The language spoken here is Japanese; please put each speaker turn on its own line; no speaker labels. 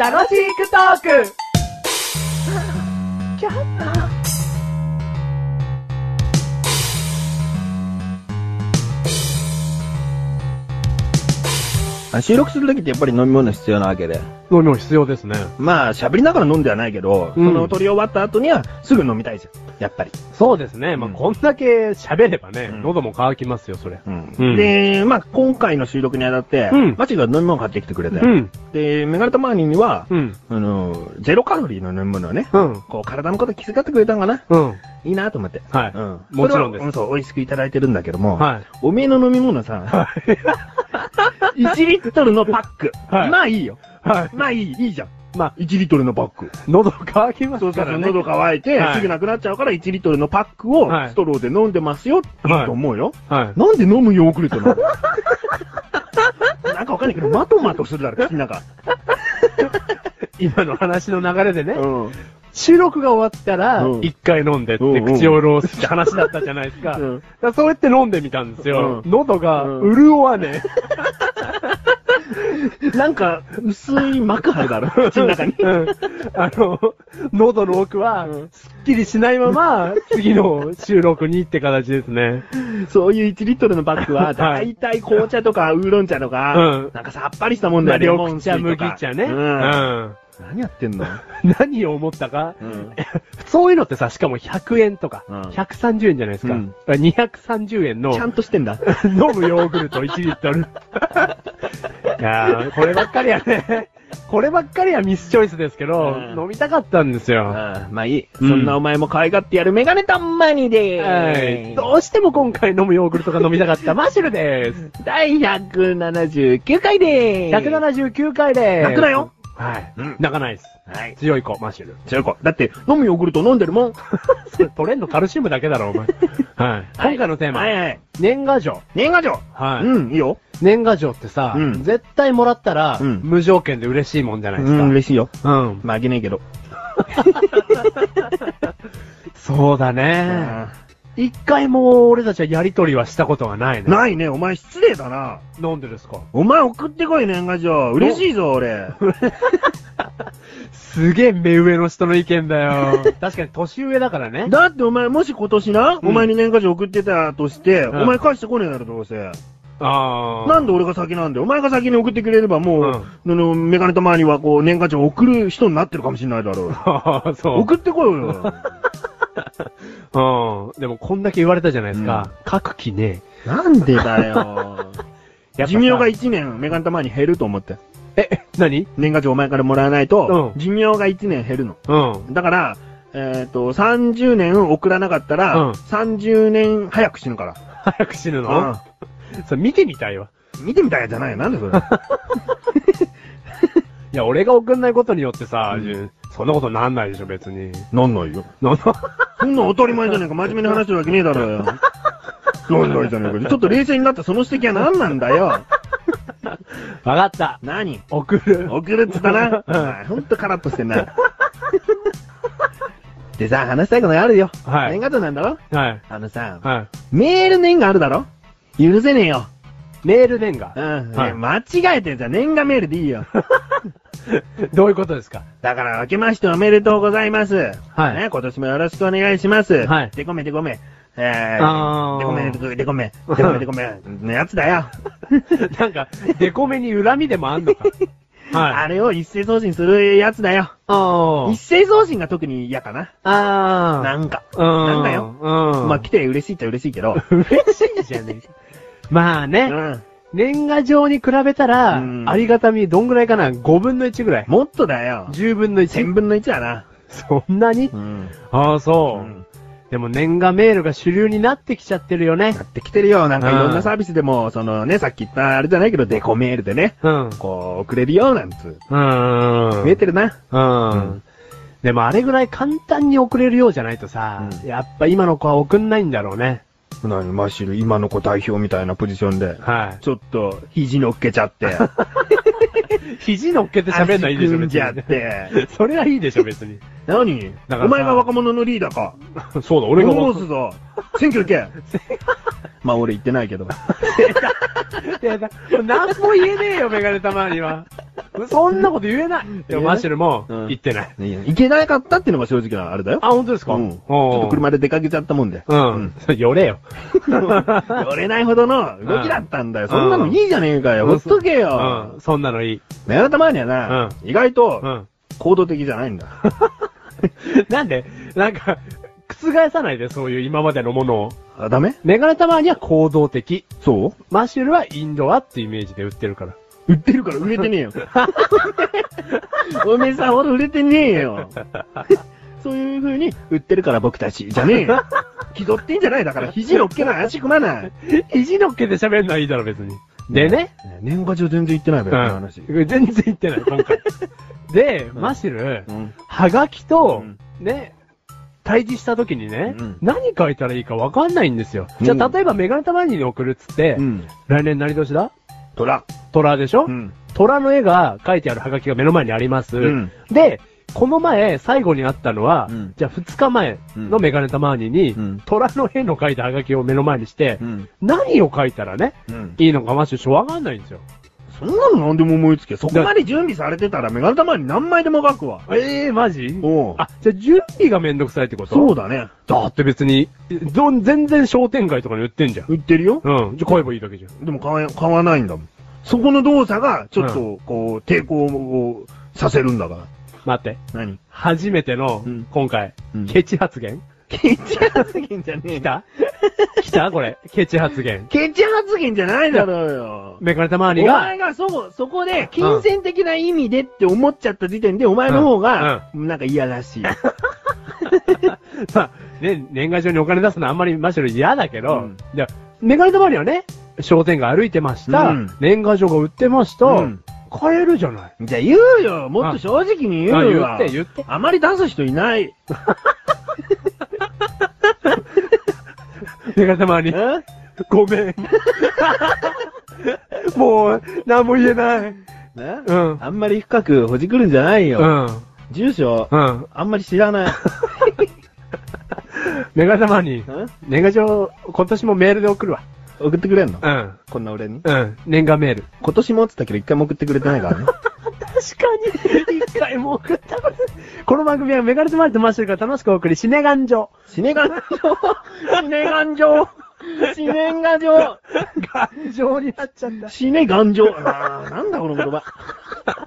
楽しくトーク
あ収録するときってやっぱり飲み物必要なわけで。
飲み物必要ですね。
まあ、喋りながら飲んではないけど、
うん
その撮り終わった後にはすぐ飲みたいじゃん。やっぱり。
そうですね。まあ、
うん
こんだけ喋ればね、
うん
喉も乾きますよ、それ。
うん
うん
で、まあ、今回の収録にあたって、
うん
マチが飲み物買ってきてくれて、
うん。
で、メガネタマーニには、
うん。
あの、ゼロカロリーの飲み物をね、
うん。
こう、体のこと気遣ってくれたんかな。
うん。
いいなと思って。
はい
うん。
もちろんです
それはうそう、美味しくいただいてるんだけども、
はい。
おめえの飲み物さ、1リッ トルのパック。
はい
まあいいよ。
は
まあいい、いいじゃん。
まあ、
1リットルのパック。
喉乾きます
そうす
か
ると
らね。
喉乾いて、
はい
すぐなくなっちゃうから1リットルのパックを
はい
ストローで飲んでますよ、と思うよ。
はい。
なんで飲むヨーグルトなの なんかわかんないけど、まとまとするだろ、口の中。
今の話の流れでね、
うん。
収録が終わったら
う、ん
一回飲んでって
うんうん
口を潤すって話だったじゃないですか。
うん
だからそうやって飲んでみたんですよ。
う
喉が
う
潤わね
なんか、薄い膜あ るだろ、
え。
口の中に。
うんあの、喉の奥は、すっきりしないまま、次の収録にって形ですね。
そういう1リットルのバッグは、だいたい紅茶とかウーロン茶とか、
うん
なんかさっぱりしたもんだ
まあ
よ、レモン
緑
水
茶、
と
麦
か
茶ね。
うん。
うん
何やってんの
何を思ったか、
うん。
そういうのってさ、しかも100円とか、
うん
130円じゃないですか。
うん
230円の、
ちゃんとしてんだ。
飲むヨーグルト1リット ル。いやー、こればっかりはね、こればっかりはミスチョイスですけど、
うん
飲みたかったんですよ。
ああまあいい。そ
うん
んなお前も可愛がってやるメガネたんまにで
はい。
ーす。
どうしても今回飲むヨーグルトが飲みたかったマシュルです。
第179回でーす。
179回でーす。
泣くなよ。
はい。
うん
泣かないです。
はい。
強い子、マシュル。
ちょいこ。だって、飲むヨーグルト飲んでるもん。
それ取れんのカルシウムだけだろ、お 前。はい。今回のテーマ、
はいはい。
年賀状。
年賀状。
はい。
うん、いいよ。
年賀状ってさ、
うん
絶対もらったら、
うん
無条件で嬉しいもんじゃな
う
いですか。
ん、嬉しいよ。
うん。
負けねえけど。
そうだね。一回も俺たちはやりとりはしたことがないね。
ないね、お前失礼だな。
なんでですか
お前送ってこい、年賀状。嬉しいぞ、俺。
すげえ目上の人の意見だ よ。確かに年上だからね。
だってお前、もし今年な、
うん
お前に年賀状送ってたとして、
うん
お前返してこねえだろ、どうせ。
あー
なんで俺が先なんだよ。お前が先に送ってくれればもう、
うん
あの、メガネたまにはこう、年賀状送る人になってるかもしれないだろう。
そう。
送ってこいよ。
うん。でもこんだけ言われたじゃないですか。書く気ね
なんでだ よ。
え。
寿命が
い
1年、メガネたまに減ると思って。
え、何
年賀状お前からもらわないと、
うん
寿命が1年減るの。
うん。
だから、えっ、と、30年送らなかったら、
うん
30年早く死ぬから。
早く死ぬ
う
の
ん
それ見てみたいわ。
見てみたいやじゃない よ。なんでそれ。
いや、俺が送んないことによってさ、
うん
じゅんそんなことなんないでしょ、別に。
なんないよ。
なんだ
そんな当たり前じゃねえか。真面目に話してるわけねえだろ よ。なんないじゃねえか。ちょっと冷静になったその指摘は何なんだ よ。
わかった。
何
送る。
送るっつった な。お前ほんとカラッとしてんな。 でさ、話したいことがあるよ。
はい
年賀状なんだろ
はい。
あのさ、
はい。
メール年賀あるだろ許せねえよ。
メール年賀
う。ん。
はい
ね間違えてんじゃん年賀メールでいいよ。
どういうことです か
だから、明けましておめでとうございます。
はい
ね、今年もよろしくお願いします。
はい
でこめでこめ。え
あー
ー、でこめでこめ、でこ め、でこめ、でこめ、のやつだよ。
なんか、デコめに恨みでもあん のか。
あ
はい。
れを一斉送信するやつだよ。
あ
一斉送信が特に嫌かな。
あ
な
なん
か。
なんん
だ
だ
よ
よ。
まあ、来て嬉しいっちゃ嬉しいけど。
嬉しいじゃね え。まあ
う
ね、
ん。
年賀状に比べたら
う、ん
ありがたみどんぐらいかな ?5 分の1ぐらい。
もっとだよ。
10分の
千
1。
分の一だな。
そんなに
ん。
ああ、
う
そ
ん。
う。でも年賀メールが主流になってきちゃってるよね
や。ってきてるよ。なんかいろん
う
なんサービスでも、そのね、さっき言ったあれじゃないけど、デコメールでね、
うん。
こう、送れるよ、なんつ。
うん。
見えてるな。
う
うん
ん。でもあれぐらい簡単に送れるようじゃないとさ、
うん
やっぱ今の子は送んないんだろうね。
何、マッシュル、今の子代表みたいなポジションで、
は
ちょっと、肘乗っけちゃ って、
い。肘乗っけて喋んないいでしょ、
組ん
別
じゃっ
に。
て、
それはいいでしょ、別に。
何
だからさ
お前が若者のリーダーか。
そうだ、
俺が。どうすぞ。選挙行け。まあ俺言ってないけど。
でな何も言えねえよ、メガネたまには。そんなこと言えない。でもマシルも
うん
言ってない。
いや行けなかったっていうのが正直なあれだよ。
あ、本当ですか
うん。
お
ち
う
ょっと車で出かけちゃったも んで。
うん。寄れよ。
寄れないほどの動きだったんだよ。
うん
そんなのいいじゃねえかよ。ほっとけ
う
よ
ん。。そんなのいい。
目の玉にはな、意外
う
と
ん。
行動的じゃないんだ。
なんで、なんか、覆さないで、そういう今までのものを。
あ、ダメ
メガネたまには行動的。
そ
マシュルはインドアってイメージで売ってるから。
う売ってるから売れ てねえよ。おめえさんほど売れてねえよ。そういう風に売ってるから僕たちじゃね えよ。気取ってんじゃないだから肘乗っけない、足組まない。
肘乗っけて喋るのはいいだろ、別に。でね。。
年賀状全然言ってないべ、この話。
全然言ってない、今 回。で、
ん
マシュル、
うん。
はがきと
うん、
ね、対峙した時にね
うん、
何書いたらいいかわかんないんですよ。じゃ
うん
あ、例えばメガネたまにに送るっつって
う、ん。
来年何年だ
虎。
虎でしょ
うん。
虎の絵が書いてあるハガキが目の前にあります。
うん
で、この前、最後にあったのは、
うん
じゃあ2日前のメガネたまーニに、
うん
虎の絵の書いたハガキを目の前にして、
うん。
何を書いたらね、
うん。
いいのかマッシュしょわかんないんですよ。
そんなの何でも思いつけ。そこまで準備されてたらメガネ玉に何枚でも書くわ。
ええー、マジ
おう
あ、じゃあ準備がめんどくさいってこと
そうだね。
だって別に、どん、全然商店街とかに売ってんじゃん。
売ってるよ。
うん。じゃあ買えばいいだけじゃん。
でも買わ買わないんだもん。そこの動作が、ちょっと、こう、抵抗をさせるんだから。
待って。
何
初めての
うん、
今回、
うん
ケチ発言
ケチ発言じゃねえ
来。た来たこれ。ケチ発 言。
ケチ発言じゃないだろうよ。
メガネたまー
お
ニが、
前がそう、そこで、金銭的な意味でって思っちゃった時点で、お前の方が、なんかいや らしい。
まあ、ね、年賀状にお金出すのはあんまりマシュル嫌だけど、
うん
じゃメガネたまにはね、商店街歩いてました、
うん
年賀状が売ってました、
うん
買えるじゃない。
じゃあ言うよもっと正直に言
あ
うよ
言って言って
あまり出す人いない。
メガネたまに、
え
ごめん。 もう、何も言えない。
ね
うん。
あんまり深くほじくるんじゃないよ。
うん。
住所、
うん。
あんまり知ら ない。
メガネたまに、
ん
年賀状、今年もメールで送るわ。
送ってくれんの
うん。
こんな俺に。
うん。年賀メール。
今年もっつったけど一回も送ってくれてないからね。
確かに、一回も送ったことこの番組はメガネたまにとマッシュルから楽しくお送り、シネガン 状。
死ねがん状死ねがん状死ねがん状
頑丈になっちゃった。
死ねがん状あーなんだこの言葉。